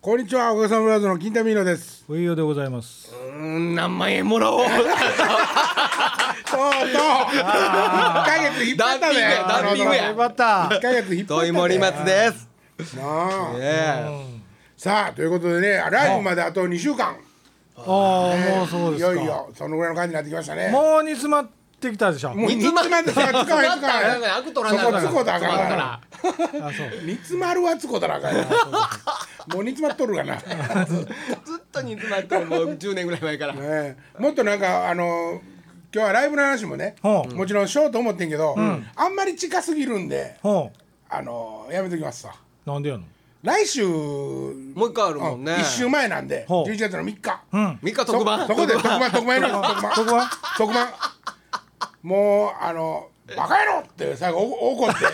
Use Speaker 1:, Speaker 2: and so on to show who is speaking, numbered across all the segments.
Speaker 1: こんにちは、小笠原ブラザーズの金田美乃です。
Speaker 2: 冬用でございます。
Speaker 3: うーん何万円もら おう
Speaker 1: そうそう。一ヶ月引っ張ったね。
Speaker 3: ダンピングやダンピングや
Speaker 1: なるほど
Speaker 2: バタ
Speaker 1: 一ヶ月引っ張っ
Speaker 3: 遠い
Speaker 1: た
Speaker 3: 森
Speaker 1: ね。
Speaker 3: 松です
Speaker 1: なあ
Speaker 3: え
Speaker 1: さあということでね、ライブまであと二週間。
Speaker 2: ああ、もうそうで
Speaker 1: い
Speaker 2: すか。
Speaker 1: よいよそのぐらいの感じになってきましたね。
Speaker 2: もう煮詰まってきたでしょ。
Speaker 1: もう煮詰まって使わない使わない使わ
Speaker 3: だっ
Speaker 1: な
Speaker 3: たら
Speaker 1: い。
Speaker 3: アク取らなあかん
Speaker 1: そこつこだから
Speaker 3: つこだから
Speaker 2: あ、そう。
Speaker 1: 煮詰まるはつこだらあかんよ。もう煮詰まっとるがな。
Speaker 3: ずっと煮詰まってるもう10年ぐらい前から
Speaker 1: ねえもっとなんかあの今日はライブの話もね、
Speaker 2: ほう
Speaker 1: もちろんしようと思ってんけど、あんまり近すぎるんで
Speaker 2: ほ
Speaker 1: あのやめときますわ
Speaker 2: う。なんでやの。
Speaker 1: 来週
Speaker 3: もう一回あるもんね
Speaker 1: 1週前なんで
Speaker 2: ほう
Speaker 1: 11月の3日、
Speaker 2: うん。
Speaker 3: 3日特番
Speaker 1: そそこで特番特番やるよ特番
Speaker 2: そこは。
Speaker 1: 特番もうあの「バカ野郎!」って最後お怒って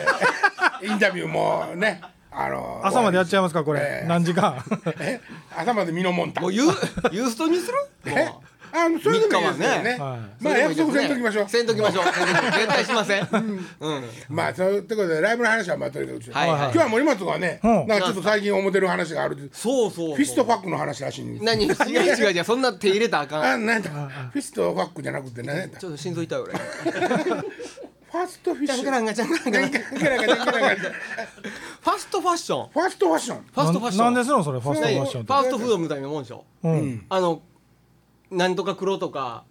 Speaker 1: インタビューもねあの
Speaker 2: 朝までやっちゃいますか、こ
Speaker 1: え
Speaker 2: れ。
Speaker 1: え
Speaker 2: 何時間。
Speaker 1: え朝まで身のもんた
Speaker 3: もうユー ユーストにする
Speaker 1: え
Speaker 3: も
Speaker 1: あのそれでもいいですよね
Speaker 2: 日はね
Speaker 3: う
Speaker 1: まあ約束せんときましょう
Speaker 3: せんときましょう絶対しませんうん
Speaker 1: まあそういうことでライブの話はまあとにかくですよ
Speaker 3: はいはい
Speaker 1: 今日は森松がね、
Speaker 2: うん
Speaker 1: なんかちょっと最近思ってる話があるって
Speaker 3: そうそう
Speaker 1: フィストフ
Speaker 3: ァ
Speaker 1: ァックの話らしいんです
Speaker 3: 何違う違う違うそんな手入れたらあかん
Speaker 1: あなんだフィストファックじゃなくて何やった
Speaker 3: ちょっと心臓痛い俺
Speaker 1: ファス トフィッ
Speaker 3: ちゃ
Speaker 1: シュ
Speaker 3: んがらんがちゃんがらんがらんファストファッション
Speaker 1: ファストファッション
Speaker 3: ファストファッショ
Speaker 2: な
Speaker 3: ン
Speaker 2: んですの、それ、ファストファッションって
Speaker 3: ファストフードみたいなもんでしょ
Speaker 2: うん。
Speaker 3: あのなんとか黒とか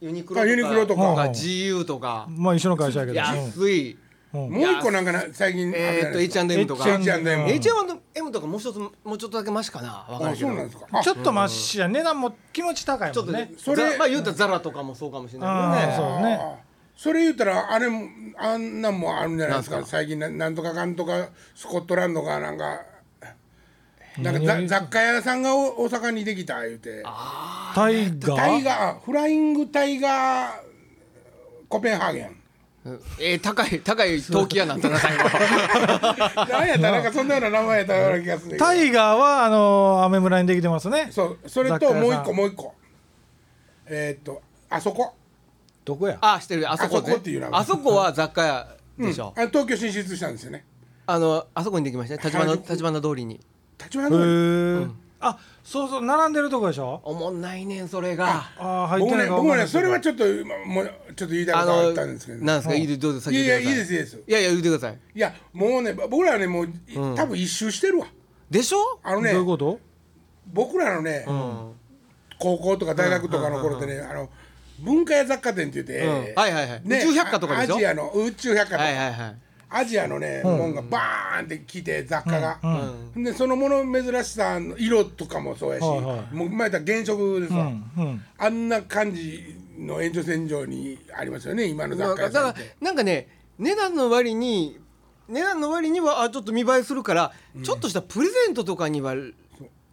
Speaker 3: ユニクロ
Speaker 1: あユニクロと
Speaker 3: と
Speaker 1: か
Speaker 3: か
Speaker 2: うん
Speaker 3: GU とか
Speaker 2: まあ、一緒の会社やけど。うん
Speaker 3: 安い
Speaker 1: もう一個なんかな最近
Speaker 3: えーっと H&M とか
Speaker 2: H&M
Speaker 1: H&M
Speaker 3: H&M とかもう一つもうちょっとだけマシかなわか
Speaker 1: あ
Speaker 3: んないけ
Speaker 1: そう
Speaker 3: ど
Speaker 1: なんですかあ
Speaker 2: ちょっとマシや、値段も気持ち高い
Speaker 3: ち
Speaker 2: も
Speaker 3: ょっ
Speaker 2: ん
Speaker 3: とね
Speaker 2: ね。
Speaker 1: そ
Speaker 3: そ
Speaker 1: れ
Speaker 3: れまあ言うたらザラとかもそうかもしれないけど
Speaker 2: ああ、そ
Speaker 3: ね
Speaker 2: うね。
Speaker 1: あそれ言うたらあれもあんなんもあるんじゃないですか
Speaker 3: なんす
Speaker 1: 最近ななんとかかんとかスコットランドがなんかなんかざ雑貨屋さんがお大阪にできた言うて
Speaker 2: タイガ
Speaker 1: タイ
Speaker 2: ー。
Speaker 1: ガーフライングタイガーコペンハーゲ ン
Speaker 3: えー高い高い陶器屋なんだな最後
Speaker 1: なんやったなんかそんなような名前やったような気がするんだ
Speaker 2: タ
Speaker 1: けど
Speaker 2: イガーは、あのー、アメ村にできてますね。
Speaker 1: そうそれ
Speaker 2: 雑
Speaker 1: と
Speaker 2: 貨屋さ
Speaker 1: もう一
Speaker 2: ん
Speaker 1: 個もう一個えーっとあそこ
Speaker 2: どこや。
Speaker 3: あしてるあそこ
Speaker 1: あそこっていう名前
Speaker 3: あそこは雑貨屋でし
Speaker 1: あ
Speaker 3: ょ
Speaker 1: 東京進出したんですよね
Speaker 3: あのあそこにできましたね立花
Speaker 1: 原宿
Speaker 3: 立花通りに
Speaker 1: 立花
Speaker 2: へ
Speaker 1: の
Speaker 2: え。あ、そうそう、並んでるとこでしょ
Speaker 3: おもんないねんそれが
Speaker 2: ああ、入っ
Speaker 1: 僕
Speaker 2: てな
Speaker 1: ね
Speaker 2: いか
Speaker 1: 僕も
Speaker 2: 分かんな
Speaker 1: ね
Speaker 2: いけど。
Speaker 1: それはちょっとまもうちょっと言いたい
Speaker 3: あ
Speaker 1: ことがあ
Speaker 3: の
Speaker 1: ったんですけど
Speaker 3: なんですかいいどうぞ
Speaker 1: い
Speaker 3: 先
Speaker 1: や
Speaker 3: 言
Speaker 1: い
Speaker 3: っ
Speaker 1: やいいで
Speaker 3: てくださ
Speaker 1: すいいです
Speaker 3: いやいや言ってください
Speaker 1: いやもうね僕らはねもう、い多分一周してるわ
Speaker 3: でしょ
Speaker 1: あの
Speaker 2: ど
Speaker 1: ね
Speaker 2: ういうこと。
Speaker 1: 僕らのね、高校とか大学とかの頃でね、あの文化や雑貨店って言って、
Speaker 3: うんはいはいはい宇宙百貨とかでしょ
Speaker 1: アジアの宇宙百貨とか、
Speaker 3: はいはいはい
Speaker 1: アジアのね、もんがバーンって来て雑貨が、でそのもの珍しさの色とかもそうやし、
Speaker 2: はいはい
Speaker 1: もう前言ったら原色ですわ、
Speaker 2: うん。うん。
Speaker 1: あんな感じの延長線上にありますよね今の雑貨
Speaker 3: だ
Speaker 1: 屋
Speaker 3: か
Speaker 1: さんっ
Speaker 3: ら
Speaker 1: て。
Speaker 3: なんかね値段の割に値段の割にはあちょっと見栄えするから、ちょっとしたプレゼントとかには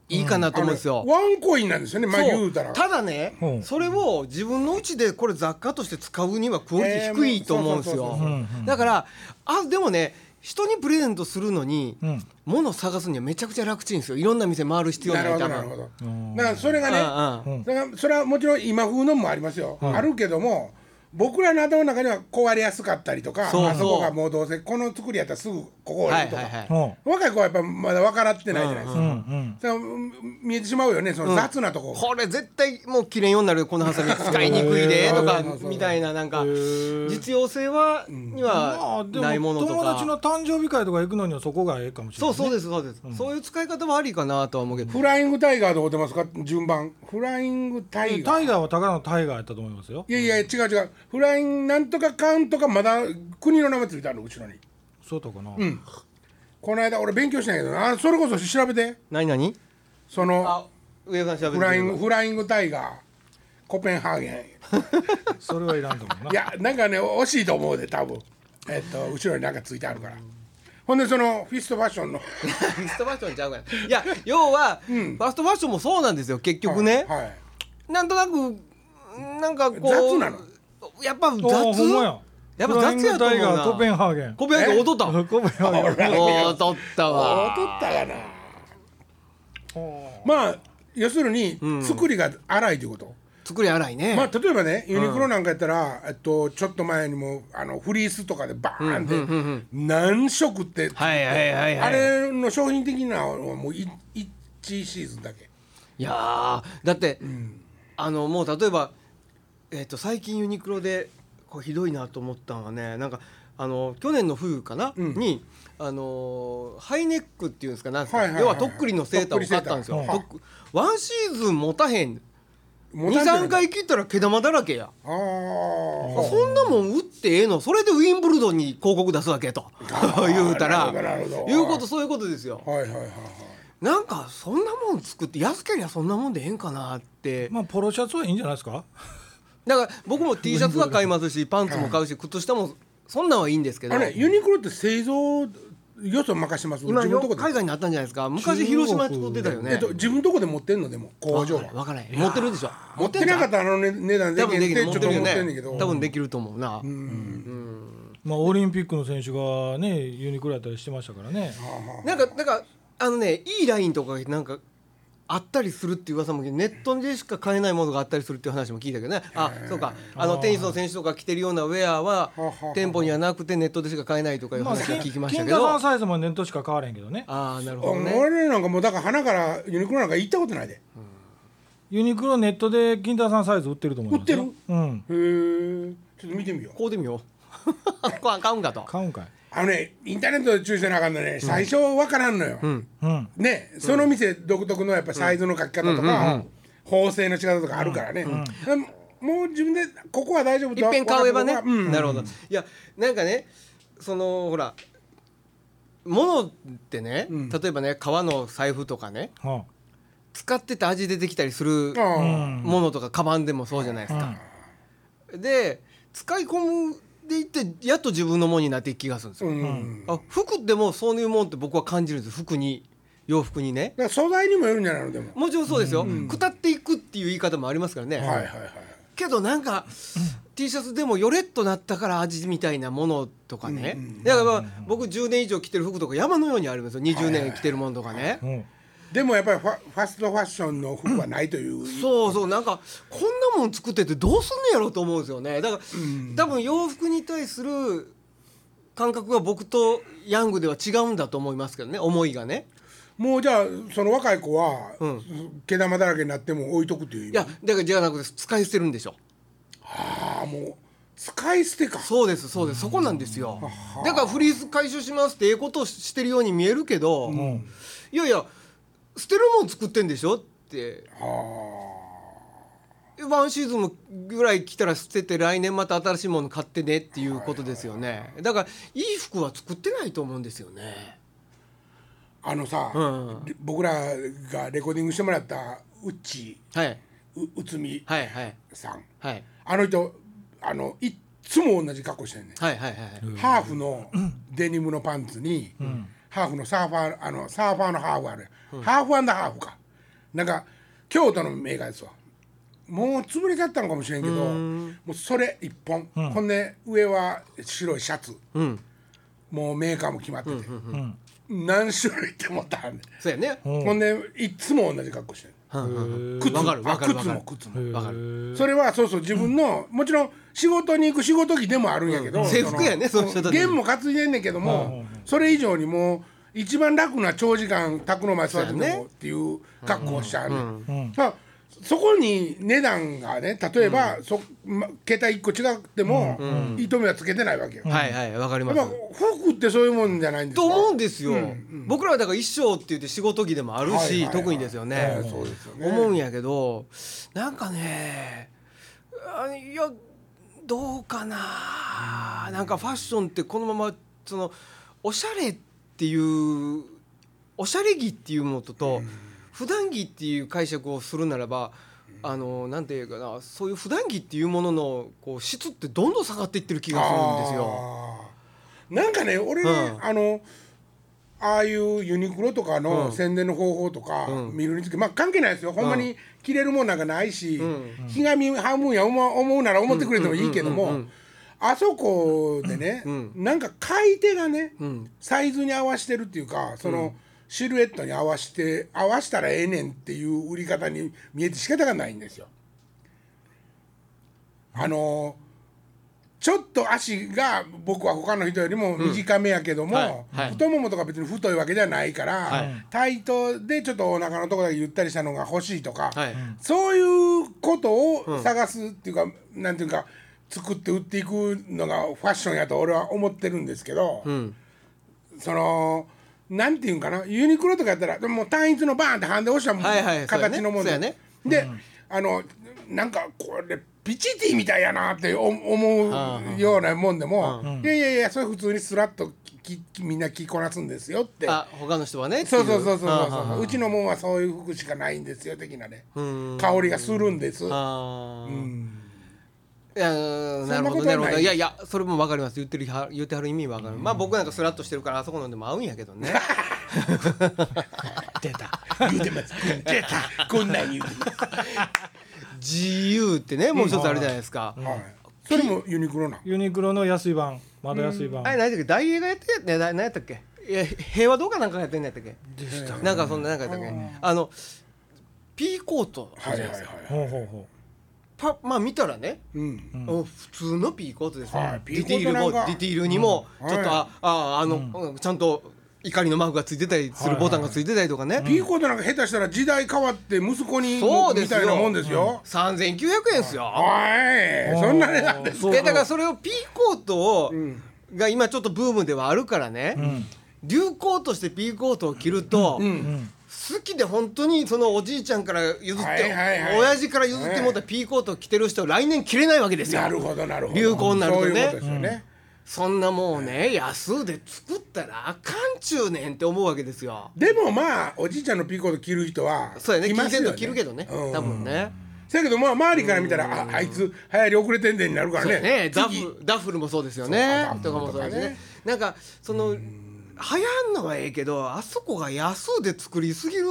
Speaker 3: いいかなと思うんですよ。
Speaker 1: ワンコインなんですよね、まあ、
Speaker 3: そう
Speaker 1: 言うたら。
Speaker 3: ただね、
Speaker 2: うん
Speaker 3: それを自分のうちでこれ雑貨として使うにはクオリティ低いと思うんです
Speaker 1: えーも
Speaker 3: よ
Speaker 1: うそうそうそう
Speaker 3: だからあでもね人にプレゼントするのに、
Speaker 2: うん
Speaker 3: 物を探すにはめちゃくちゃ楽ちんですよいろんな店回る必要
Speaker 1: なるほ
Speaker 3: ない
Speaker 1: ど
Speaker 3: 多
Speaker 1: なるほ
Speaker 3: 分
Speaker 1: ど。だからそれが
Speaker 3: う
Speaker 1: ね、だからそれはもちろん今風のもありますよ。あるけども。僕らの頭の中にはこうありやすかったりとか
Speaker 3: そうそう
Speaker 1: あそこがもうどうせこの作りやったらすぐここ
Speaker 3: は
Speaker 1: へ行
Speaker 3: い
Speaker 1: くと
Speaker 3: は
Speaker 1: か、
Speaker 3: いはい
Speaker 2: ほ
Speaker 1: 若い子はやっぱまだ分からってないじゃないですか、
Speaker 2: う。うん。うん。
Speaker 1: だからうん見えてしまうよねその雑なとこ、
Speaker 3: これ絶対もう切れんようになるこのハサミ使いにくいでとかみたいななんか実用性はに
Speaker 2: ま
Speaker 3: は
Speaker 2: あで
Speaker 3: ないも
Speaker 2: も
Speaker 3: のと
Speaker 2: 友達の
Speaker 3: か
Speaker 2: 誕生日会とか行くのにはそこがええかもしれ
Speaker 3: そ
Speaker 2: な
Speaker 3: う
Speaker 2: い。
Speaker 3: そう
Speaker 2: う。
Speaker 3: ですそうですそういう使い方はありかなとは思うけど
Speaker 1: フライングタイガーどう出ますか順番フライングタイガー
Speaker 2: タイガーは高野タイガーやったと思いますよ。
Speaker 1: いやいや違う違うフライングなんとかかんとかまだ国の名前ついてある後ろに
Speaker 2: そうとかな。
Speaker 1: この間俺勉強しないけどなあそれこそ調べて
Speaker 3: 何何
Speaker 1: その
Speaker 3: あ上田さん
Speaker 1: フ
Speaker 3: 調べて
Speaker 1: ライ
Speaker 3: く
Speaker 1: ング
Speaker 3: れる
Speaker 1: フライングタイガーコペンハーゲン。
Speaker 2: それはいらんと思うない
Speaker 1: やなんかね惜しいと思うで多分えっと後ろになんかついてあるからほんでそのフィストファッションの
Speaker 3: ファストファッションちゃうからいや要はファストファッションもそうなんですよ結局ね
Speaker 1: はい
Speaker 3: なんとなくなんかこう
Speaker 1: 雑なの
Speaker 3: やっぱ雑
Speaker 2: おーほんま
Speaker 3: やっぱ雑やと
Speaker 2: フライングタイ
Speaker 3: 思う
Speaker 2: ガ
Speaker 3: な
Speaker 2: ーコペンハーゲン。
Speaker 3: コペンハーゲン劣った
Speaker 2: コペンハーゲン。
Speaker 3: おー劣ったわ
Speaker 1: 劣ったかなまあ要するに作りが荒いということ、
Speaker 3: 作り荒いね
Speaker 1: まあ例えばねユニクロなんかやったら、えっと、ちょっと前にもあのフリースとかでバーンって、何色って
Speaker 3: はいはいはいはい
Speaker 1: あれの商品的なのはもういいチシーズンだけ
Speaker 3: いやーだって、あのもう例えば、えっと最近ユニクロでこうひどいなと思ったのはねなんかあの去年の冬かな、
Speaker 1: うん
Speaker 3: にあのーハイネックっていうんですかなんですか、
Speaker 1: はいはいはい
Speaker 3: 要はとっくりのセーターを買ったんです
Speaker 1: と
Speaker 3: よ
Speaker 1: っくりセーター
Speaker 3: とっくワンシーズン持たへん
Speaker 1: 持たれてる
Speaker 3: 23回切ったら毛玉だらけや
Speaker 1: ああ
Speaker 3: そんなもん打ってええのそれでウィンブルドンに広告出すわけと 言うた
Speaker 1: なる
Speaker 3: ら
Speaker 1: ほどなるほど
Speaker 3: いうことそういうことですよ
Speaker 1: はいはいはいはい
Speaker 3: なんかそんなもん作って安けりゃそんなもんでええんかなって
Speaker 2: まあポロシャツはいいんじゃないですか。
Speaker 3: だから 僕も T シャツは買いますしパンツも買うし靴下もそんなんはいいんですけど
Speaker 1: あれユニクロって製造よそ任します
Speaker 3: 今
Speaker 1: 自分のとこで
Speaker 3: 海外にあったんじゃないですか昔広島で作ってたよ
Speaker 1: えっ
Speaker 3: ね
Speaker 1: と自分のとこで持ってんのでも工場は
Speaker 3: 分からへん持ってるでしょ
Speaker 1: 持ってなかったらあの値値段で
Speaker 3: 多分できる持
Speaker 1: ちょ
Speaker 3: っ
Speaker 1: ってと
Speaker 3: る
Speaker 1: 思
Speaker 3: よ
Speaker 1: ってんねんけ
Speaker 3: ね
Speaker 1: ど
Speaker 3: 多分できると思うな
Speaker 2: まあオリンピックの選手がねユニクロやったりしてましたからね。
Speaker 3: なんかだからあのねいいラインとかなんかあったりするっていう噂も聞いてネットでしか買えないものがあったりするっていう話も聞いたけどねあそうかあのテニスの選手とか着てるようなウェアは
Speaker 1: ははは
Speaker 3: 店舗にはなくてネットでしか買えないとかいう
Speaker 2: まあ
Speaker 3: 話
Speaker 2: 金
Speaker 3: は聞きました
Speaker 2: 金
Speaker 3: け
Speaker 2: 貨
Speaker 3: ど
Speaker 2: さ
Speaker 3: あ
Speaker 2: んサイズもネットしか買われへんけどね。
Speaker 3: あーなるほどね
Speaker 1: 俺らなんかもうだから花からユニクロなんか行ったことないでへ
Speaker 2: ユニクロネットで金田さんサイズ売ってると思いますよ。
Speaker 1: 売って
Speaker 2: うん。
Speaker 1: えちょっと見てみよう
Speaker 3: こうでみようこう買うんか と
Speaker 2: 買うんかい。
Speaker 1: あのねインターネットで注意せなあかんのね最初わからんのよ、
Speaker 2: うん。
Speaker 1: ねその店独特のやっぱサイズの書き方とか縫製の仕方とかあるからね、でももう自分でここは大丈夫
Speaker 3: いっぺん買えばね、
Speaker 1: うん、
Speaker 3: なるほどいやなんかねそのほら物ってね、
Speaker 1: ん
Speaker 3: 例えばね革の財布とかね
Speaker 2: は
Speaker 3: 使ってた味出てきたりする
Speaker 1: ああ
Speaker 2: あ。う
Speaker 3: ものとかカバンでもそうじゃないですか、で使い込むでいってやっと自分のものになっていく気がするんですよ、
Speaker 1: うんだか
Speaker 3: あ服でもそういうもんって僕は感じるんです服に洋服にね
Speaker 1: ら素材にもよるんじゃないのでも、
Speaker 3: もちろんそうですよ、下っていくっていう言い方もありますからね、
Speaker 1: はいはいはい
Speaker 3: けどなんか T シャツでもよれっとなったから味みたいなものとかね、
Speaker 1: うんう
Speaker 3: だからまあ僕10年以上着てる服とか山のようにありますよ20年着てるものとかね、
Speaker 2: ん。うん。
Speaker 1: でもやっぱりファファストファッションの服はないという、
Speaker 3: そうそうなんかこんなもん作っててどうすんのやろうと思うんですよねだから、多分洋服に対する感覚が僕とヤングでは違うんだと思いますけどね思いがね
Speaker 1: もうじゃあその若い子は、
Speaker 3: うん
Speaker 1: 毛玉だらけになっても置いとくっていう意味
Speaker 3: いやだからじゃなくて使い捨てるんでしょ
Speaker 1: ああもう使い捨てか
Speaker 3: そうですそうですそこなんですよだからフリース回収しますってええことをしてるように見えるけど、
Speaker 2: うん。
Speaker 3: いやいや捨てるもん作ってんでしょってワンシーズンもぐらい来たら捨てて来年また新しいもの買ってねっていうことですよねだからいい服は作ってないと思うんですよね
Speaker 1: あのさ、
Speaker 3: うん
Speaker 1: で僕らがレコーディングしてもらったうっち
Speaker 3: はいう
Speaker 1: 内海
Speaker 3: はいはい
Speaker 1: さん
Speaker 3: はい
Speaker 1: あの人あのいっつも同じ格好してんね、
Speaker 3: はいはいはい
Speaker 1: ん、ハーフのデニムのパンツに、ハーフのサーファーあのサーファーのハーフある、ハーフハーフかなんか京都のメーカーですわもう潰れちゃったのかもしれんけどもうそれ一本、ほんで上は白いシャツ
Speaker 3: うん
Speaker 1: もうメーカーも決まってて、
Speaker 2: うん。
Speaker 1: 何種類って思ったんねん
Speaker 3: そうやね
Speaker 2: うん
Speaker 1: ほんでいっつも同じ格好してる
Speaker 3: うんうんうん
Speaker 1: 靴
Speaker 3: わかる
Speaker 1: あ
Speaker 3: わかる
Speaker 1: 靴
Speaker 3: わか
Speaker 1: も
Speaker 3: る
Speaker 1: 靴
Speaker 2: へ
Speaker 1: も
Speaker 2: ー
Speaker 3: わか
Speaker 1: それはそうそう自分の、もちろん仕事に行く仕事着でもあるんやけど、
Speaker 3: うん制服やね
Speaker 1: その
Speaker 3: その人たち
Speaker 1: 弦も担いでんねんけど
Speaker 2: うんうん
Speaker 1: も
Speaker 2: うん
Speaker 1: それ以上にもう一番楽な長時間宅の前座ってて
Speaker 3: そうやね
Speaker 1: もっていう格好をしちゃうねん
Speaker 2: うん。
Speaker 1: まあそこに値段がね例えば、そま、桁一個違っても、糸目はつけてないわけよ、やっ
Speaker 3: はいはいわかります
Speaker 1: ぱ服ってそういうもんじゃないんですか
Speaker 3: と思うんですよ、僕らはだから衣装って言って仕事着でもあるし、
Speaker 1: はいはいはい
Speaker 3: 特にですよね,、
Speaker 1: ええそうですよね
Speaker 3: 思うんやけどなんかねあいやどうかな、なんかファッションってこのままそのおしゃれっていうおしゃれ着っていうものとと、普段着っていう解釈をするならばあのなんていうかなそういう普段着っていうもののこう質ってどんどん下がっていってる気がするんですよ。
Speaker 1: あーなんかね俺ね、
Speaker 3: うん
Speaker 1: あのああいうユニクロとか
Speaker 3: う
Speaker 1: の
Speaker 3: ん
Speaker 1: 宣伝の方法とか
Speaker 3: うん
Speaker 1: 見るにつけ、まあ関係ないですよほんまに着れるもんなんかないし、
Speaker 3: う
Speaker 1: 日がみ半分や思う思うなら思ってくれてもいいけども、
Speaker 3: うんうんうんうん
Speaker 1: あそこでね、
Speaker 3: うん
Speaker 1: なんか買い手がね、
Speaker 3: うん
Speaker 1: サイズに合わしてるっていうかその、シルエットに合わして合わしたらええねんっていう売り方に見えて仕方がないんですよ。あのちょっと足が僕は他の人よりも短めやけども、
Speaker 3: はいはい
Speaker 1: 太ももとか別に太いわけじゃないから、
Speaker 3: はい
Speaker 1: タイトでちょっとお腹のところだけゆったりしたのが欲しいとか、
Speaker 3: はい
Speaker 1: そういうことを探すっていうか、なんていうか作って売っていくのがファッションやと俺は思ってるんですけど、
Speaker 3: ん
Speaker 1: そのなんていうんかなユニクロとかやったらでももう単一のバーンってハンデ押したもん、
Speaker 3: はいはいそうやね
Speaker 1: 形のもの
Speaker 3: そうやね
Speaker 1: で、あのなんかこれピチティみたいやなってお思うようなもんでも、いやいやいやそれ普通にスラッとききみんな着こなすんですよって
Speaker 3: あ他の人はねってい
Speaker 1: そうそうそうそう
Speaker 3: あ
Speaker 1: そう
Speaker 3: ー
Speaker 1: そううちのもんはそういう服しかないんですよ的なね
Speaker 3: うん
Speaker 1: 香りがするんです
Speaker 3: あー
Speaker 1: ん
Speaker 3: いやーな
Speaker 1: そん
Speaker 3: る
Speaker 1: な
Speaker 3: ほ
Speaker 1: こ
Speaker 3: ど
Speaker 1: と
Speaker 3: な
Speaker 1: はない
Speaker 3: るほどいやいやそれもわかります言ってるは言ってはる意味わかる、まあ僕なんかスラッとしてるからあそこのでも合うんやけど ね
Speaker 2: 出た
Speaker 1: 言うて ます出たこんなん言うてます
Speaker 3: 自由ってねもう一つあるじゃないですか、
Speaker 1: はいそれもユニクロなん
Speaker 2: ユニクロの安い版まだ安い版
Speaker 3: あれ何やったっけ大映がやってねな何やったっけいや平和動画なんかやってんのやったっけ
Speaker 2: でした
Speaker 3: なんかそんななんかやったっけ、あのピーコートあ
Speaker 1: は
Speaker 3: る
Speaker 1: い
Speaker 3: じ
Speaker 1: は
Speaker 3: ゃないいで
Speaker 1: は
Speaker 3: すか、
Speaker 1: い
Speaker 2: ほうほうほ
Speaker 3: パまあ見たらね、
Speaker 1: うん
Speaker 3: うん普通のピーコートです、
Speaker 1: はい
Speaker 3: ディティール
Speaker 1: ピ
Speaker 3: も
Speaker 1: ーコートなんか
Speaker 3: ディティールにも
Speaker 1: うん
Speaker 3: ちょっと、
Speaker 1: は
Speaker 3: あああの、うんちゃんと怒りのマークがついてたりするボタンがついてたりとかね、
Speaker 1: ピーコートなんか下手したら時代変わって息子に
Speaker 3: そうで
Speaker 1: み
Speaker 3: すよ
Speaker 1: たいなもんですよ
Speaker 3: 3900円ですよ、
Speaker 1: はいそんな値段です
Speaker 2: そう
Speaker 3: えだからそれをピーコートを、が今ちょっとブームではあるからね、流行としてピーコートを着ると、好きで本当にそのおじいちゃんから譲って、
Speaker 1: はいはいはい
Speaker 3: 親父から譲ってもらったピーコートを着てる人来年着れないわけですよ
Speaker 1: なるほどなるほど
Speaker 3: 流行になるとね
Speaker 1: そういうことですよね
Speaker 3: そんなもうね安うで作ったらあかんちゅうねんって思うわけですよ
Speaker 1: でもまあおじいちゃんのピーコート着る人は
Speaker 3: そうやね
Speaker 1: い
Speaker 3: 着
Speaker 1: ます
Speaker 3: て
Speaker 1: よ
Speaker 3: んの着るけどね、
Speaker 1: うん
Speaker 3: 多分ね
Speaker 1: せやけどまあ周りから見たらああいつ流行り遅れてんでになるから
Speaker 3: そう
Speaker 1: ね
Speaker 3: ねダ
Speaker 1: 次
Speaker 3: フダッフルもそうですよね
Speaker 1: そう
Speaker 3: とかもそうだし
Speaker 1: ダッフルとか
Speaker 3: ね
Speaker 1: ね
Speaker 3: なんかその流行んのはええけどあそこが安うで作りすぎる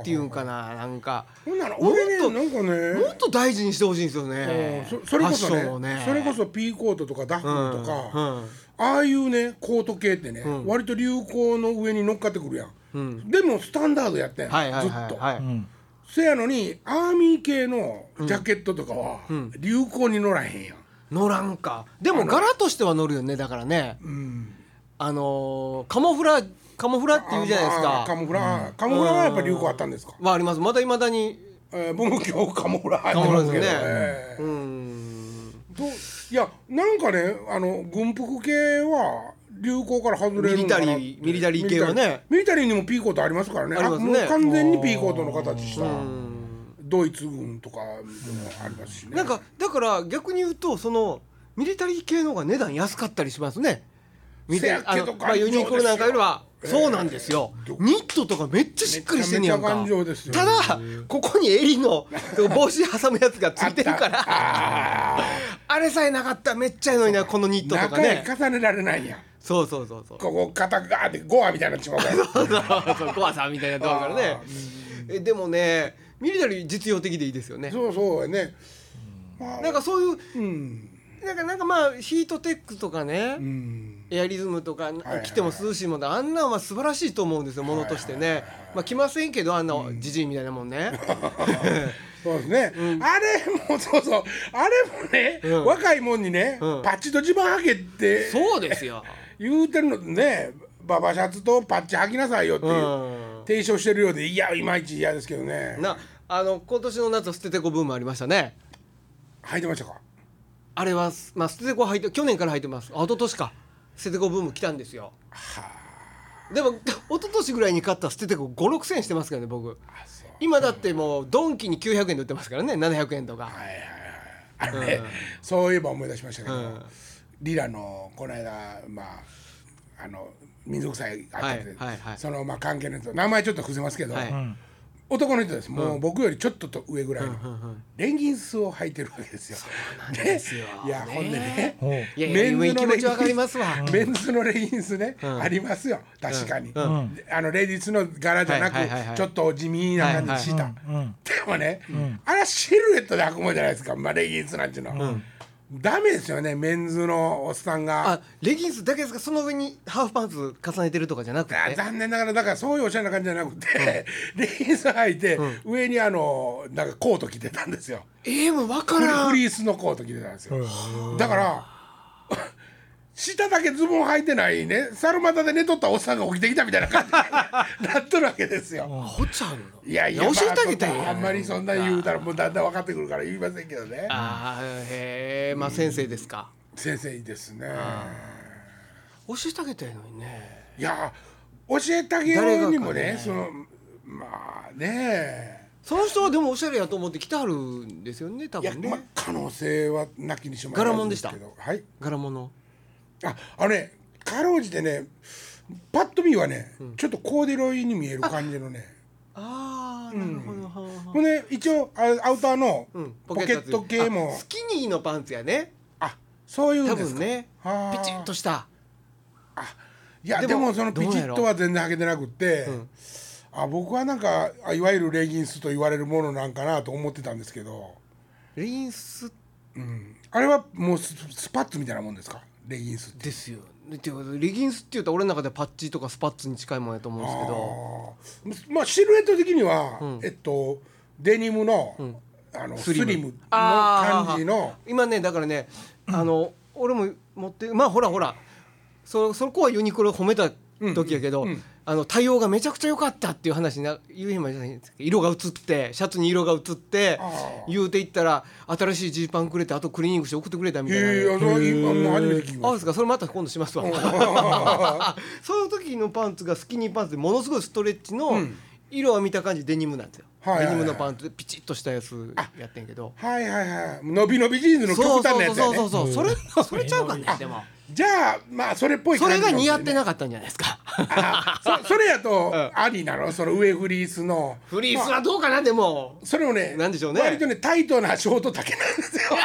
Speaker 3: っていうんかななんか
Speaker 1: ほんなら
Speaker 3: もっ
Speaker 1: 俺
Speaker 3: と
Speaker 1: ねなんかね
Speaker 3: もっと大事にしてほしいんですよね
Speaker 1: そそれこそ
Speaker 3: ファッションを
Speaker 1: ね
Speaker 3: ね
Speaker 1: それこそピーコートとかダッフルとか、
Speaker 3: うんうん
Speaker 1: ああいうねコート系ってね、割と流行の上に乗っかってくるやん、でもスタンダードやったやん、
Speaker 3: はいはい
Speaker 1: ずっ
Speaker 3: はい
Speaker 1: と、
Speaker 3: はい、
Speaker 1: せやのにアーミー系のジャケットとかは、流行に乗らへんやん
Speaker 3: 乗らんかでも柄としては乗るよねだからね、あのーカモフラカモフラって言うじゃないです
Speaker 1: あま
Speaker 3: か
Speaker 1: あカモフラ、カモフラはやっぱ流行あったんですか、
Speaker 3: はありますまだいまだに
Speaker 1: えー、僕も今日カモフラ入
Speaker 3: カモフラ
Speaker 1: っ
Speaker 3: で
Speaker 1: て
Speaker 3: す
Speaker 1: ます
Speaker 3: ね
Speaker 1: けど、えー
Speaker 3: うん
Speaker 1: どいやなんかねあの軍服系は流行から外れるのかなって
Speaker 3: ミリタリーミリタリー系はね
Speaker 1: ミリタリーミリタリーにもピーコートありますからね
Speaker 3: ありますね
Speaker 1: もう完全にピーコートの形したドイツ軍とかもありますしね
Speaker 3: なんかだから逆に言うとそのミリタリー系の方が値段安かったりしますね。ミリタリー
Speaker 1: せやけど
Speaker 3: あのまあユニクロなんかよりはそうなんですよ、ニットとかめっちゃしっくりしてんねやん
Speaker 1: めちゃ
Speaker 3: か
Speaker 1: めちゃ頑丈ですよ
Speaker 3: ただここに襟の帽子挟むやつがついてる からあ れさえなかったらめっちゃいいのになこのニットとか
Speaker 1: 中
Speaker 3: ね
Speaker 1: へ重ねられないやん
Speaker 3: そうそうそ うそう
Speaker 1: ここ肩ガーってゴアみたいになっちまうから
Speaker 3: そうそう怖さんみたいなとこからねえでもねミリタリー実用的でいいですよね
Speaker 1: そうそうやねまあ
Speaker 3: なんかそういう
Speaker 1: うん
Speaker 3: なんかなんかまあヒートテックとかね、
Speaker 1: うん
Speaker 3: エアリズムとか
Speaker 1: はい
Speaker 3: 着ても涼しいもんだあんなんは素晴らしいと思うんですよものとしてねまあ着ませんけどあんなじじいみたいなも んね
Speaker 1: そうですね、あれもそうそうあれもね、
Speaker 3: うん
Speaker 1: 若いもんにね、
Speaker 3: うん
Speaker 1: パッチと地盤はけって
Speaker 3: そうですよ
Speaker 1: 言うてるのねババシャツとパッチ履きなさいよっていう、
Speaker 3: うん
Speaker 1: 提唱してるようでいやいまいち嫌ですけどね
Speaker 3: なあの今年の夏は捨ててこブームありましたね
Speaker 1: 履いてましたか
Speaker 3: あれはまあ捨ててこ履いて去年から履いてますあ一昨年か捨ててこブーム来たんですよでも一昨年ぐらいに買った捨ててこ56000円してますからね僕今だってもうドンキに900円で売ってますからね700円とか
Speaker 1: あれね、そういえば思い出しましたけど、リラのこの間まああの民族祭あったんで、
Speaker 3: はいはいはい
Speaker 1: そのまあ関係の人名前ちょっと伏せますけど、
Speaker 3: はいう
Speaker 2: うん
Speaker 1: 男の人ですもう僕よりちょっとと上ぐらいの、レンギンスを履いてるわけですよ。
Speaker 3: ですよ
Speaker 1: ねいや、
Speaker 3: ね
Speaker 1: ほんでね
Speaker 2: ほう
Speaker 3: いやいや
Speaker 1: メンズの
Speaker 3: 気持ちわかりますわ
Speaker 1: レンズのレギンスね、ありますよ確かに、であのレディースの柄じゃなく、
Speaker 3: はいはいはいはい
Speaker 1: ちょっと地味な感じにした、
Speaker 2: うん
Speaker 1: でもね、あれはシルエットで履くもんじゃないですか、まあ、レギンスなんていうのは、ダメですよねメンズのおっさんが
Speaker 3: あレギンスだけですかその上にハーフパンツ重ねてるとかじゃなくて
Speaker 1: あ残念ながらだからそういうおしゃれな感じじゃなくて、 レギンス履いて、上にあのなんかコート着てたんですよ
Speaker 3: ええもう分か
Speaker 1: フリ
Speaker 3: ら
Speaker 1: フ
Speaker 3: ん
Speaker 1: リースのコート着てたんですよ、だから 下だけズボン履いてないね猿股で寝とったおっさんが起きてきたみたいな感じになっとるわけです よ。
Speaker 3: ほっちゃんの
Speaker 1: いやいや、
Speaker 3: 教えてあげたい
Speaker 1: ま
Speaker 3: や
Speaker 1: ああんまりそんな言うたらもうだんだん分かってくるから言いませんけどね
Speaker 3: ああへえまあ先生ですか、
Speaker 1: 先生いいですね。
Speaker 3: 教えてあげたいのにね
Speaker 1: いや教えてあげようにもね
Speaker 3: 誰がかね
Speaker 1: そのまあね
Speaker 3: その人はでもおしゃれやと思って来てはるんですよね多
Speaker 1: いや、
Speaker 3: 分
Speaker 1: まあ
Speaker 3: ね、
Speaker 1: 可能性はなきにしも
Speaker 3: 柄もんでした
Speaker 1: あらずすけどはい
Speaker 3: 柄物
Speaker 1: ああのねかろうじてねパッと見はね、ちょっとコーデュロイに見える感じのね
Speaker 3: ああなるほど、はあはあ
Speaker 1: ほんで一応あアウターの
Speaker 3: うん
Speaker 1: ポケット系も、
Speaker 3: あスキニーのパンツやね
Speaker 1: あそういうん
Speaker 3: 多
Speaker 1: ですか
Speaker 3: 分ね
Speaker 1: はあ
Speaker 3: ピチッとした
Speaker 1: いやで
Speaker 3: で
Speaker 1: も
Speaker 3: も
Speaker 1: そのピチッとは全然履けてなくって、あ僕はなんかあいわゆるレギンスと言われるものなんかなと思ってたんですけど
Speaker 3: レインス
Speaker 1: あれはもうススパッツみたいなもんですかレギンスって
Speaker 3: ですよっていうかレギンスっていうと俺の中ではパッチとかスパッツに近いもんやと思うんですけ
Speaker 1: あー
Speaker 3: ど
Speaker 1: まあシルエット的には、えっとデニムの、あのスリムの
Speaker 3: あー
Speaker 1: 感じの
Speaker 3: 今ねだからねあの俺も持ってまあほらほらそそこはユニクロ褒めた時やけど、あの対応がめちゃくちゃ良かったっていう話にな言うへんまじゃないんですけど色が映ってシャツに色が映って
Speaker 1: あー
Speaker 3: 言うていったら新しいジーパンくれてあとクリーニングして送ってくれたみたいな、
Speaker 1: へえそれ今もう初めて聞き
Speaker 3: あ
Speaker 1: まし
Speaker 3: そうですかそれまた今度しますわ その時のパンツがスキニーパンツでものすごいストレッチの色は見た感じデニムなんですよ、
Speaker 1: はいはいはい
Speaker 3: デニムのパンツでピチッとしたやつやってんけど
Speaker 1: たはいはいはい伸び伸びジーンズの
Speaker 3: そ
Speaker 1: 極
Speaker 3: う
Speaker 1: 端
Speaker 3: そ
Speaker 1: なや
Speaker 3: う
Speaker 1: つや
Speaker 3: そう
Speaker 1: ね
Speaker 3: そうそう、それそれちゃうかねでも
Speaker 1: じゃあまあそれっぽい
Speaker 3: そ
Speaker 1: 感じ
Speaker 3: れが似合って
Speaker 1: い
Speaker 3: なかったんじゃないですか
Speaker 1: そそれやとありなのその上フリースの
Speaker 3: フリースはどうかなでも
Speaker 1: それもね
Speaker 3: なんでしょうね
Speaker 1: 割とねタイトなショート丈なんです よ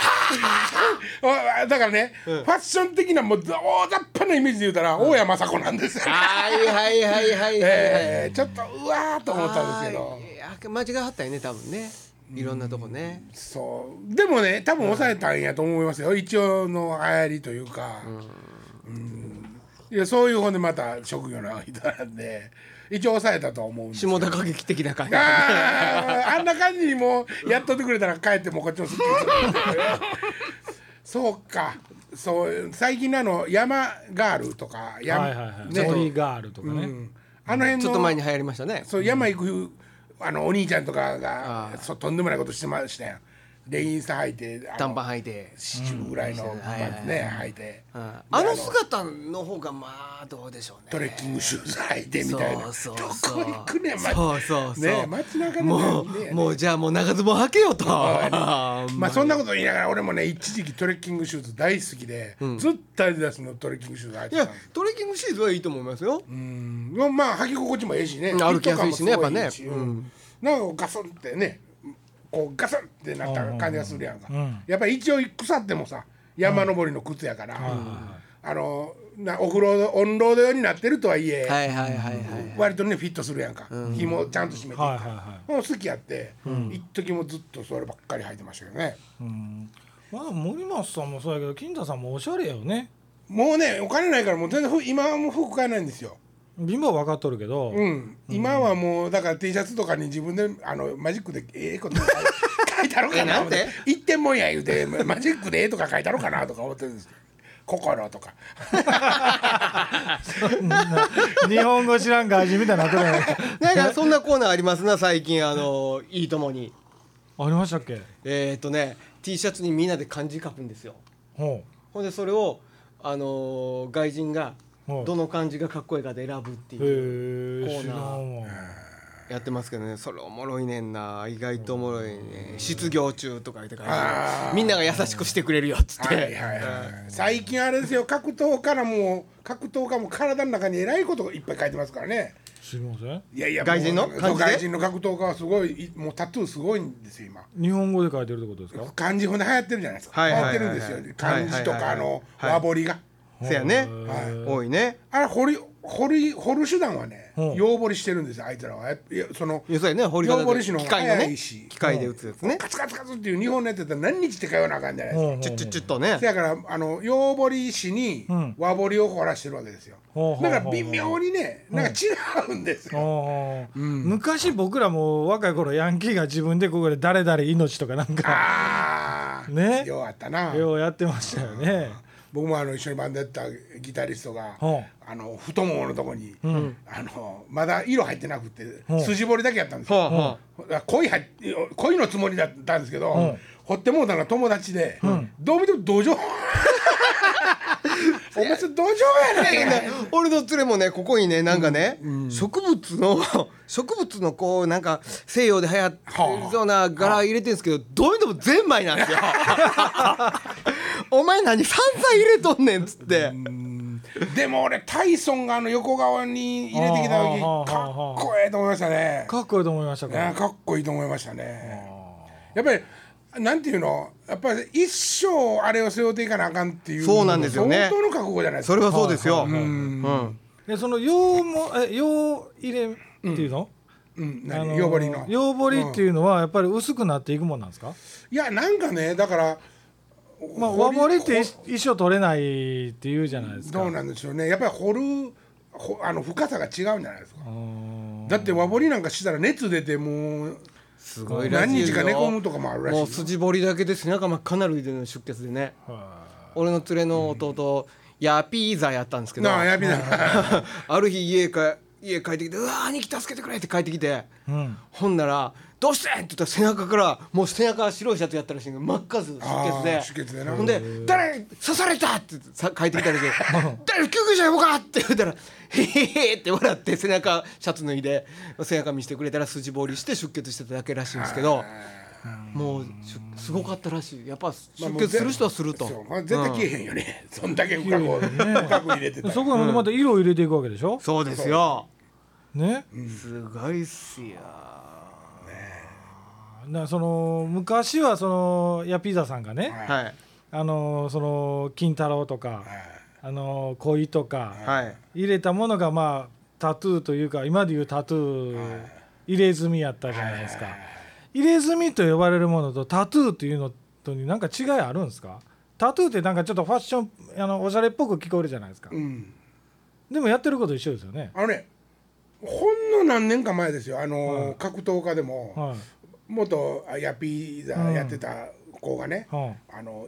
Speaker 1: あだからね、ファッション的なもう大雑把なイメージで言うたら、大山雅子なんですよ、
Speaker 3: はいはいはいはいはいはい
Speaker 1: えーちょっとうわーと思ったんですけど
Speaker 3: けど間違いはったよね多分ねいろんなとこね
Speaker 1: そうでもね多分抑えたんやと思いますよ、一応の流行りというか、うんいやそういう本でまた職業の人なんで一応抑えたとは思うんですけど
Speaker 3: 下田歌劇的な感じ
Speaker 1: あーあんな感じにもうやっとってくれたら帰ってもうこっちもすっきりするそうかそう最近のあの山ガールとか山、
Speaker 2: はいはいはい。
Speaker 1: ね
Speaker 2: ゾリガールとか
Speaker 1: う
Speaker 2: ね。
Speaker 1: んあの辺の
Speaker 3: ちょっと前に流行りましたね
Speaker 1: そう山行くあのお兄ちゃんとか
Speaker 3: あ
Speaker 1: が
Speaker 3: ー
Speaker 1: そうとんでもないことしてましたよレインス履いてあの
Speaker 3: 短パン履いて
Speaker 1: シチューぐらいの
Speaker 3: うん
Speaker 1: パンツね履いて
Speaker 3: あの姿の方がまあどうでしょうね
Speaker 1: トレッキングシューズ履いてみたいな
Speaker 3: そうそうそう
Speaker 1: どこ行くねんま
Speaker 3: そうそうそう
Speaker 1: ね街中で
Speaker 3: も
Speaker 1: 何ね
Speaker 3: うもうじゃあもう長ズボン履けよと
Speaker 1: まあそんなこと言いながら俺もね一時期トレッキングシューズ大好きで、ずっとアディダスのトレッキングシューズ履い
Speaker 3: い
Speaker 1: てたん
Speaker 3: や
Speaker 1: です
Speaker 3: トレッキングシーズはいいと思いますよ
Speaker 1: うんまあ履き心地もええしね
Speaker 3: 歩きやすいしね
Speaker 1: フィット感もすご
Speaker 3: やっぱね
Speaker 1: いいいしなんかガソンってねこうガソンってなった感じがするやんか、
Speaker 2: ん
Speaker 1: やっぱり一応腐ってもさ山登りの靴やから、あのなオフロードオンロード用になってるとはいえ、
Speaker 3: はいはいはいはい
Speaker 1: 割とねフィットするやんか、紐ちゃんと締めてるから、
Speaker 2: はいはいは
Speaker 1: もう好きやって、一時もずっとそればっかり履いてましたけどね
Speaker 2: うん。まあ森松さんもそうやけど金太さんもおしゃれよね。
Speaker 1: もうねお金ないからもう全然ふ今はもう服買えないんですよ
Speaker 2: 貧乏は分かっとるけど。
Speaker 1: うん、今はもうだから T シャツとかに自分であのマジックでええこと書い書いたろかな
Speaker 3: えなんて
Speaker 1: 一点もんや言うてマジックでええとか書いたろかなとか思ってるんですけど心とか
Speaker 2: 日本語知らん外人みたいになってるやん
Speaker 3: なんかそんなコーナーありますな最近あのいいともに
Speaker 2: ありましたっけ。
Speaker 3: えーっとね T シャツにみんなで漢字書くんですよ
Speaker 2: ほ
Speaker 3: ほんでそれをあのー外人が
Speaker 2: はい
Speaker 3: どの漢字がかっこいいかで選ぶって
Speaker 2: う。
Speaker 3: いう
Speaker 2: へえ。
Speaker 3: コー
Speaker 2: 知
Speaker 3: ナー
Speaker 2: らんわ。
Speaker 3: やってますけどねそれおもろいねんな意外とおもろいね失業中とか言って書いて
Speaker 1: あー
Speaker 3: みんなが優しくしてくれるよっつっ
Speaker 1: はい
Speaker 3: て、
Speaker 1: はいはい最近あれですよ格闘家らもう格闘家も体の中にえらいことがいっぱい書いてますからね
Speaker 2: 知りません。
Speaker 1: いやいや
Speaker 3: 外人の
Speaker 1: もう
Speaker 3: 漢字で
Speaker 1: 外人の格闘家はすごいいもうタトゥーすごいんですよ今
Speaker 2: 日本語で書いてるってことですか。
Speaker 1: 漢字ほんで流行ってるじゃないですか、
Speaker 3: はいはいはいはい
Speaker 1: 流行ってるんですよ漢字とかあの
Speaker 3: はい
Speaker 1: 和彫りが。
Speaker 3: せやね、
Speaker 1: は
Speaker 3: 多いね
Speaker 1: あれ掘り掘り掘る手段はね、
Speaker 2: うん
Speaker 1: 用掘りしてるんですよあいつらはやっぱいやその
Speaker 3: 要するにね掘り方
Speaker 1: 用掘
Speaker 3: で
Speaker 1: り師の
Speaker 3: 機
Speaker 1: 方が
Speaker 3: 械の
Speaker 1: 早
Speaker 3: ね
Speaker 1: いし
Speaker 3: 機械で打つやつね
Speaker 1: カツカツカツっていう日本のやつだったら何日って通わなあかんじゃないですか、
Speaker 2: うん
Speaker 3: チュッチュッチュッとね
Speaker 1: せやからあの用掘り師に
Speaker 2: うん
Speaker 1: 和掘りを掘らしてるわけですよ、
Speaker 2: ほうほうほう
Speaker 1: だから微妙にねなんか違うんですよ、
Speaker 2: ああ昔僕らも若い頃ヤンキーが自分でここで「誰々命」とかなんか
Speaker 1: ああ
Speaker 2: ね
Speaker 1: よかったな
Speaker 2: ようやってましたよね。
Speaker 1: 僕もあの一緒にバンドやったギタリストが、
Speaker 2: ほう
Speaker 1: あの太もものとこに、あのまだ色入ってなくて、筋彫りだけやったんですよ、
Speaker 3: はあは
Speaker 1: 恋入って恋のつもりだったんですけど、掘ってもうたのは友達で、どう見ても土壌 お前それ土壌やねん
Speaker 3: ね俺の連れもねここにねなんかね、植物の 植物のこうなんか西洋で流行ってるような柄入れてるんですけどどう見てもゼンマイなんですよ。 お前何山菜入れとんねんっつって。
Speaker 1: でも俺タイソンがあの横側に入れてきた時
Speaker 2: はあは
Speaker 1: か
Speaker 2: あはあ
Speaker 1: っこええと思いましたね
Speaker 2: かっこいいと思いましたか
Speaker 1: ねかっこいいと思いましたねやっぱりなんていうのやっぱり一生あれを背負っていかなあかんっていう
Speaker 3: そうなんですよ
Speaker 1: 相
Speaker 3: ね
Speaker 1: 当の覚悟じゃないです
Speaker 3: そ
Speaker 1: か
Speaker 3: れはそうですよ。
Speaker 2: はいはいはい
Speaker 3: うん
Speaker 2: でその羊もえ羊入れっていうの、
Speaker 1: うん
Speaker 2: あ
Speaker 1: 何呼ばりの
Speaker 2: 羊彫りっていうのはやっぱり薄くなっていくもんなんですか、
Speaker 1: いやなんかねだから
Speaker 2: まあ
Speaker 1: 掘
Speaker 2: 和
Speaker 1: り
Speaker 2: 彫りって一一生取れないっていうじゃないですか
Speaker 1: どうなんでしょうねやっぱり掘るほあの深さが違うんじゃないですか
Speaker 2: あー
Speaker 1: だって和彫りなんかしたら熱出てもう
Speaker 3: す
Speaker 1: 何日か寝込むとかもあるらしい
Speaker 3: も
Speaker 1: よ
Speaker 3: う筋彫りだけで背中真っ赤なるでの出血でね
Speaker 2: は
Speaker 3: 俺の連れの弟、ヤピーザやったんですけど
Speaker 1: なあやびな
Speaker 3: ある日家か家帰ってきて「うわ兄貴助けてくれ」って帰ってきて、
Speaker 2: ん
Speaker 3: ほんなら「どうして?」って言ったら背中からもう背中が白いシャツやったらしいんで真っ赤ず出血
Speaker 1: あ
Speaker 3: で
Speaker 1: ー出血でな
Speaker 3: ほんで「誰刺された!」ってさ帰ってき たらしい「誰救急車呼ぼうか!」って言ったら 「へへへ」って笑って背中シャツ脱いで背中見せてくれたら筋彫りして出血してただけらしいんですけど。もうしゅすごかったらしいやっぱ出血する人はすると、
Speaker 1: そうまあ絶対消えへんよね、そんだけ深く深く入れてた
Speaker 2: い
Speaker 1: ら
Speaker 2: そこにまた色を入れていくわけでしょ、
Speaker 3: そうですよ
Speaker 2: ね
Speaker 3: すごいっすよ
Speaker 2: なその昔はそのヤピーザさんがね、
Speaker 1: はい
Speaker 3: はい
Speaker 2: あのその金太郎とか、あの恋とか、
Speaker 3: はい
Speaker 2: 入れたものがまあタトゥーというか今でいうタトゥー入れ墨やったじゃないですか入れ墨と呼ばれるものとタトゥーというのとに何か違いあるんですかタトゥーってなんかちょっとファッションあのおしゃれっぽく聞こえるじゃないですか
Speaker 1: うん
Speaker 2: でもやってること一緒ですよね
Speaker 1: あのねほんの何年か前ですよあの、格闘家でも、
Speaker 2: はい
Speaker 1: 元ヤピーザやってた子がね、
Speaker 2: は
Speaker 1: あの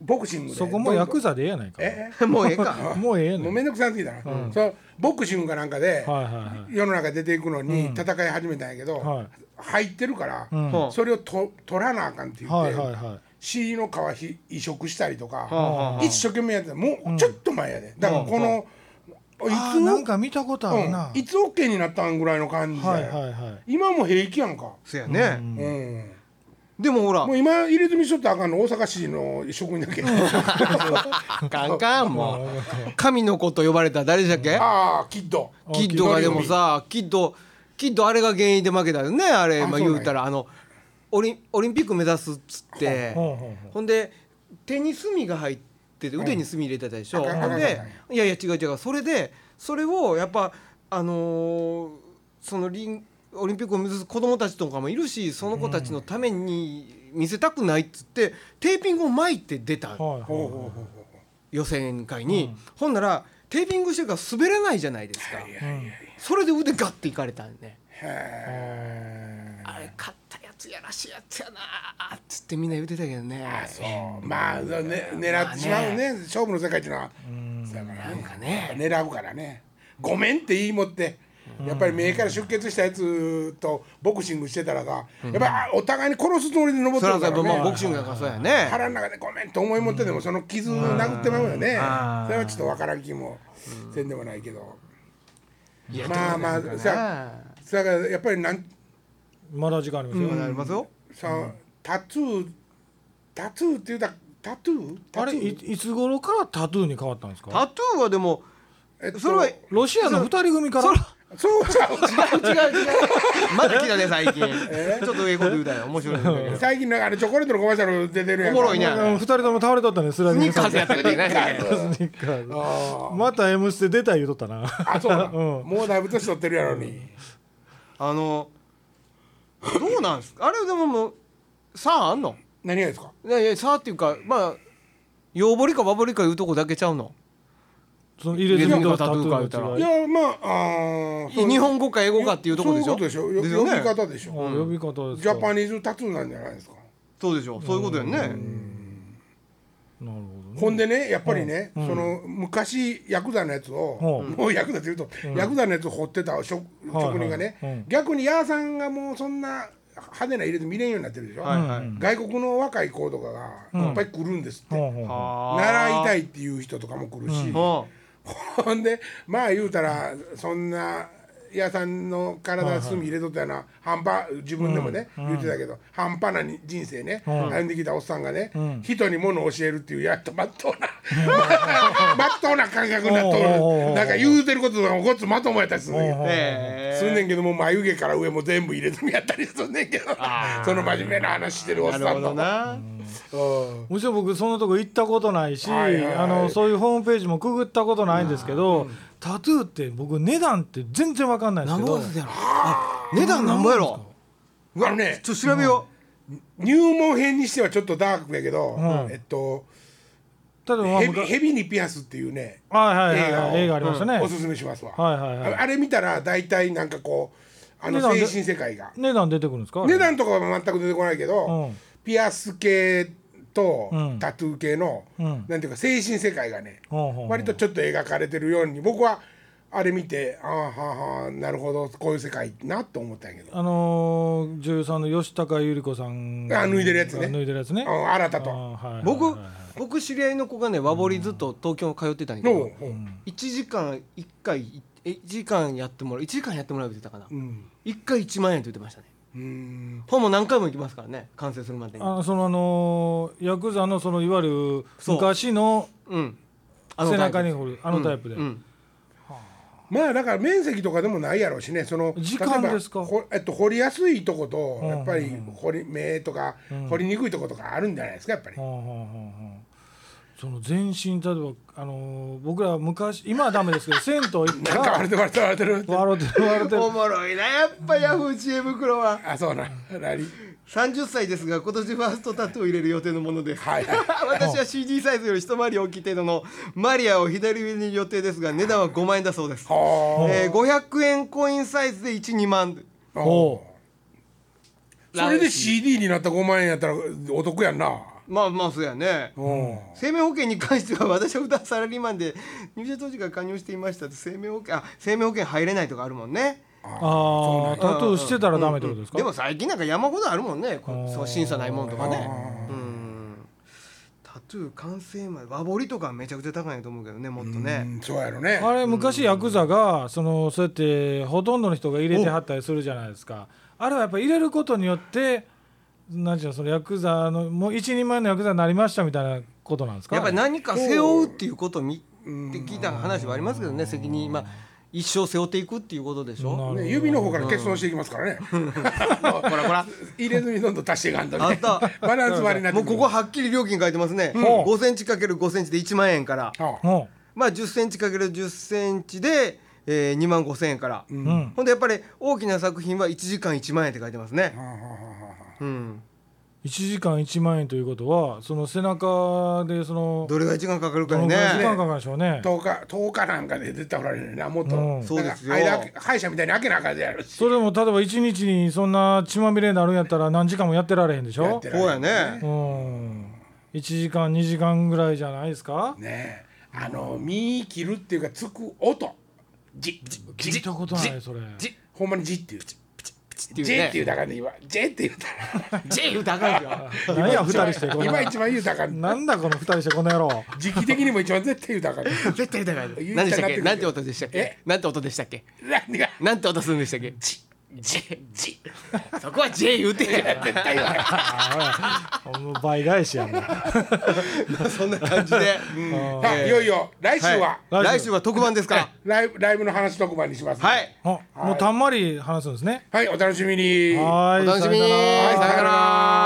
Speaker 1: ボクシング
Speaker 2: い
Speaker 1: で
Speaker 2: そこもヤク
Speaker 1: ザ
Speaker 2: ザでええやないか
Speaker 1: え
Speaker 3: もうええか。
Speaker 2: もうええや
Speaker 1: も
Speaker 2: な
Speaker 1: う
Speaker 2: い
Speaker 1: めんどくさすぎたな、そうボクシングかなんかで、
Speaker 2: はいはいは
Speaker 1: 世の中出ていくのに戦い始めたんやけど、
Speaker 2: はい
Speaker 1: 入ってるから、
Speaker 2: ん
Speaker 3: はあ
Speaker 1: それをと取らなあかんって言って、
Speaker 2: はいはいはい
Speaker 1: 尻の皮ひ移植したりとか、
Speaker 3: は
Speaker 1: 一生懸命やってたもうちょっと前やで、だからこの、い
Speaker 2: あ
Speaker 1: つ
Speaker 2: ー
Speaker 1: の
Speaker 2: なんか見たことあるな、
Speaker 1: うん、いつ OK になったんぐらいの感じで、
Speaker 2: はいはいはい
Speaker 1: 今も平気やんか、
Speaker 3: そやね。
Speaker 1: うん
Speaker 3: でもほら
Speaker 1: も、う今入れ墨しとったらあかんの大阪市の職員だけ
Speaker 3: カンカンもう神の子と呼ばれた誰じゃっけ？
Speaker 1: ああキッド
Speaker 3: キッドがでもさ、キッドキッドあれが原因で負けたよね。あれ
Speaker 1: あ
Speaker 3: ま
Speaker 1: そ
Speaker 3: あ
Speaker 1: うなん
Speaker 3: 言
Speaker 1: や
Speaker 3: うたらあのオリンオリンピック目指すっつって、
Speaker 2: ほうほうほう
Speaker 3: ほんで手に墨が入ってて腕に墨入れてたでしょ。
Speaker 1: うん
Speaker 3: ほんでいやいや違う違う。それでそれをやっぱあのーそのリンオリンピックを目指す子供たちとかもいるしその子たちのために見せたくないっつってテーピングを巻いて出た
Speaker 2: はいは
Speaker 1: ほう
Speaker 2: い
Speaker 1: ほうほうほ
Speaker 3: 予選会に、ほんならテーピングしてるから滑らないじゃないですか
Speaker 1: ういやいやいや
Speaker 3: それで腕ガッていかれたんね
Speaker 1: へ
Speaker 3: あれ買ったやつやらしいやつやなーっつってみんな言ってたけどね
Speaker 1: ーそうまあ、ね、狙ってしまうね,、
Speaker 3: ま
Speaker 1: 勝負の世界っていうのはそうやから
Speaker 3: なんかね
Speaker 1: 狙うからねごめんって言いもってやっぱり目から出血したやつとボクシングしてたらさ、やっぱりあお互いに殺すつもりで登っ
Speaker 3: そ
Speaker 1: て
Speaker 3: ら
Speaker 1: る
Speaker 3: さ
Speaker 1: から
Speaker 3: やっぱまあボ
Speaker 1: ね
Speaker 3: クシングだからそうやね
Speaker 1: 腹の中でごめんと思い持ってでもその傷殴ってまうよね
Speaker 3: あー
Speaker 1: それはちょっとわからん気もせんでもないけど
Speaker 3: いや
Speaker 1: まあまあ
Speaker 3: どうなんです
Speaker 1: さ
Speaker 3: かね
Speaker 1: それからやっぱりなん
Speaker 2: まだ時間ありますよ、
Speaker 3: まだありますよ
Speaker 1: さ、タトゥータトゥーって言うたらタトゥータ
Speaker 2: あ
Speaker 1: ト
Speaker 2: れ
Speaker 1: ゥ
Speaker 2: い
Speaker 1: ー
Speaker 2: いつ頃からタトゥーに変わったんですか
Speaker 3: タトゥーはでも
Speaker 1: えっと
Speaker 3: それは
Speaker 2: ロシアの二人組から
Speaker 1: そうちゃう
Speaker 3: 違 う違うまだ来たね最近ちょっと ええこと言うたよ面白いんだけど
Speaker 1: 最近なんかあれチョコレートのコマーシャル出てるやんか
Speaker 3: おもろいね
Speaker 2: うん二人とも倒れとったねスラ
Speaker 3: ス
Speaker 2: イディン
Speaker 3: ニ
Speaker 2: グ
Speaker 3: ッカーズやったけどね
Speaker 2: スニッカーズ
Speaker 1: あ
Speaker 2: また M ステ出た言うとったな
Speaker 1: ーあそうな、
Speaker 2: うん
Speaker 1: もうだいぶ年取ってるやろに
Speaker 3: あのどうなんですかあれでももうさああんの
Speaker 1: 何がですか
Speaker 3: いやいやさあっていうかまあようぼりかわぼりかいうとこだけちゃうの
Speaker 2: その入れ墨とタトゥー
Speaker 3: 入
Speaker 2: の
Speaker 3: れ
Speaker 2: 違
Speaker 1: い
Speaker 2: い
Speaker 1: やまああーそう
Speaker 3: 日本語か英語かっていうとこでし
Speaker 1: そういう
Speaker 3: ょ
Speaker 1: ことでしょよ
Speaker 3: ですよね
Speaker 1: 呼び方でしょ、
Speaker 2: 呼び方です
Speaker 1: ジ
Speaker 2: か
Speaker 1: ャパニーズタトゥーなんじゃないですか
Speaker 3: そうでしょそういうことやんね
Speaker 2: なるほど
Speaker 1: ほんでねやっぱりね、その昔ヤクザのやつを、
Speaker 2: うん
Speaker 1: もうヤクザって言うと、ヤクザのやつを掘ってた職,、
Speaker 2: はい
Speaker 1: 職人がね、
Speaker 2: うん
Speaker 1: 逆にヤーさんがもうそんな派手な入れず見れんようになってるでしょ、
Speaker 3: はいはい
Speaker 2: うん
Speaker 1: 外国の若い子とかがいっぱい来るんですって、
Speaker 2: ほうほうほ
Speaker 1: 習いた
Speaker 3: い
Speaker 1: いっていう人とかも来るし、
Speaker 3: は
Speaker 1: ほんでまあ言うたらそんな屋さんの体隅入れとったような半端自分でもね、言ってたけど半端なに人生ね、歩んできたおっさんがね、
Speaker 2: ん
Speaker 1: 人に物を教えるっていうやっとまっとうな まっとうな感覚になっと
Speaker 2: おうおうおう
Speaker 1: るなんか言うてることがごっつまともやったりするんだけど
Speaker 2: おうおう
Speaker 3: え
Speaker 1: すんねんけどもう眉毛から上も全部入れ墨やったりすんねんけど
Speaker 3: あー
Speaker 1: その真面目な話してるおっ
Speaker 3: な
Speaker 1: さん
Speaker 3: るほ
Speaker 1: と
Speaker 3: どな
Speaker 1: うん
Speaker 2: うもちろん僕そのとこ行ったことないし、
Speaker 1: はいはいはい
Speaker 2: あのそういうホームページもくぐったことないんですけど、タトゥーって僕値段って全然わかんないんです
Speaker 3: 何
Speaker 2: け
Speaker 3: ぼ
Speaker 2: ど
Speaker 3: やろあ値段何ぼやろ
Speaker 1: あのね
Speaker 3: ちょっと調べよ
Speaker 1: 入門編にしてはちょっとダークやけど、
Speaker 2: ん
Speaker 1: えっと
Speaker 2: 例えばまあ
Speaker 1: ヘビ
Speaker 2: 昔
Speaker 1: ヘビにピアスっていうね
Speaker 2: はいはいはい
Speaker 1: 映画を
Speaker 2: 映画ありましたね、
Speaker 1: おすすめしますわ、
Speaker 2: はいはいはい
Speaker 1: ああれ見たら大体なんかこうあの
Speaker 2: 値段
Speaker 1: 精
Speaker 2: で
Speaker 1: 神世界が
Speaker 2: 値段出てくるんですかあれ
Speaker 1: 値段とかは全く出てこないけど、
Speaker 2: うん
Speaker 1: ピアス系と
Speaker 2: うん
Speaker 1: タトゥー系の、
Speaker 2: うん
Speaker 1: なんていうか精神世界がね、
Speaker 2: ほうほう
Speaker 1: 割とちょっと描かれてるように僕はあれ見てああはあはあなるほどこういう世界なと思ったんやけど
Speaker 2: あのー女優さんの吉高由里子さん
Speaker 1: あ脱いでるやつね
Speaker 2: 脱いでるやつね
Speaker 1: うん新た
Speaker 2: あー
Speaker 1: と。
Speaker 2: はいはいはいう
Speaker 3: 僕僕知り合いの子がね和彫りずっと東京通ってたんやけ
Speaker 1: の
Speaker 3: ど1時間1回え1時間やってもらう1時間やってもらうって言ってたかな
Speaker 1: うん
Speaker 3: 1回1万円って言ってましたね
Speaker 1: うん
Speaker 3: ほぼ何回も行きますからね完成するまでに
Speaker 2: あそのあのーヤクザのそのいわゆる
Speaker 3: そう
Speaker 2: 昔の
Speaker 3: うんあの
Speaker 2: 背
Speaker 3: タイプ
Speaker 2: 中に彫るあのタイプで、
Speaker 3: うんうん
Speaker 1: まあだから面積とかでもないやろうしねその
Speaker 2: 時間
Speaker 1: 例えば
Speaker 2: ですか
Speaker 1: ほえっと、掘りやすいとこと
Speaker 2: うん
Speaker 1: やっぱり掘り目とか掘りにくいとことかあるんじゃないですかやっぱり
Speaker 2: は。あはあはあはあその全身例えばあのー僕ら昔今はダメですけど銭湯行っ
Speaker 1: な
Speaker 2: た
Speaker 1: んかあ
Speaker 2: ら
Speaker 1: れで笑って笑ってる
Speaker 2: 笑ってる笑ってる
Speaker 3: おもろいなやっぱヤフー知恵袋は
Speaker 1: あそうなラリー
Speaker 3: 30歳ですが今年ファーストタトゥーを入れる予定のものです
Speaker 1: はいはい
Speaker 3: 私は CD サイズより一回り大きい程度のマリアを左上に予定ですが値段は5万円だそうです、
Speaker 1: は
Speaker 3: えー、500円コインサイズで12万
Speaker 1: あ
Speaker 2: お
Speaker 1: それで CD になった5万円やったらお得やんな
Speaker 3: まあまあそうやね
Speaker 1: うん
Speaker 3: 生命保険に関しては私は普段サラリーマンで入社当時から加入していましたと生命保険あ生命保険入れないとかあるもんね
Speaker 2: ああタトゥーしてたらダメってことですか、
Speaker 3: でも最近なんか山ほどあるもんねこ
Speaker 2: あー
Speaker 3: そう審査ないもんとかね
Speaker 1: あ
Speaker 3: うんタトゥー完成まで和彫りとかはめちゃくちゃ高いと思うけどねもっと
Speaker 1: う
Speaker 3: ね
Speaker 1: んそうやろね
Speaker 2: あれ昔ヤクザがそのそうやってほとんどの人が入れてはったりするじゃないですかあれはやっぱ入れることによって何ていうのそのヤクザのもう一人前のヤクザになりましたみたいなことなんですか
Speaker 3: やっぱり
Speaker 2: あれ
Speaker 3: 何か背負うっていうことを見って聞いた話はありますけどね責任まあ一生背負っていくっていうことでしょ
Speaker 1: ね指の方から欠損していきますからね
Speaker 3: ほらほら
Speaker 1: 入れずにどんどん足していかんと
Speaker 3: あ
Speaker 1: ね
Speaker 3: った
Speaker 1: バランス割りになって
Speaker 3: もう
Speaker 1: くる
Speaker 3: ここはっきり料金書いてますね
Speaker 2: ほう
Speaker 3: 5センチかける5センチで1万円から
Speaker 1: はあ
Speaker 2: も
Speaker 3: まあ10センチかける10センチでえー2万5千円から
Speaker 2: う、うん、
Speaker 3: ほんでやっぱり大きな作品は1時間1万円って書いてますね
Speaker 1: はあはあはあ
Speaker 3: うん
Speaker 2: 1時間1万円ということはその背中でその
Speaker 3: どれが時間かかる
Speaker 2: ど
Speaker 3: かよ
Speaker 2: のぐらい時間
Speaker 3: ね
Speaker 2: かかるんでしょうね
Speaker 1: 10日10日なんかで出ておられるなもっと、
Speaker 2: うん
Speaker 3: そうですよ
Speaker 1: なんか間歯医者みたいに開けなあかんでやるし
Speaker 2: それでも例えば1日にそんな血まみれになるんやったら何時間もやってられへんでし
Speaker 1: やっ
Speaker 2: ょ
Speaker 1: てら
Speaker 3: そうやね
Speaker 2: うん1時間2時間ぐらいじゃないですか
Speaker 1: ねえあの身切るっていうかつく音じじ
Speaker 2: 聞いたことないそれ
Speaker 3: じ
Speaker 1: ほんまにじっていうじ
Speaker 3: っていう
Speaker 1: って言
Speaker 3: ね
Speaker 1: うたらあかんね今じって言うたら
Speaker 3: ジェイ高いよ
Speaker 2: 何や二人してこんな
Speaker 1: 今一番言うたらあかん
Speaker 2: なんだこの二人してこの野 郎
Speaker 1: 時期的にも一番絶対言うたら あかん
Speaker 3: 絶対高い
Speaker 1: 言いた
Speaker 3: 何でし
Speaker 1: くな
Speaker 3: たっ
Speaker 1: ってくる
Speaker 3: けなんて音でしたっけ
Speaker 1: え
Speaker 3: なんて音でしたっけ
Speaker 1: 何が
Speaker 3: なんて音するんでしたっけジジジ そこは J 言うてや
Speaker 1: 絶対言わない
Speaker 2: もう倍返しやもん
Speaker 3: そんな感じで
Speaker 1: さあいよいよ来週は、
Speaker 3: はい来週は特番ですから
Speaker 1: ライブライブの話特番にしますんで
Speaker 3: はい
Speaker 2: あもうたんまり話すんですね
Speaker 1: はいお楽しみに
Speaker 2: は
Speaker 3: お
Speaker 2: ーい
Speaker 3: 楽しみに
Speaker 2: さよなら
Speaker 3: さよなら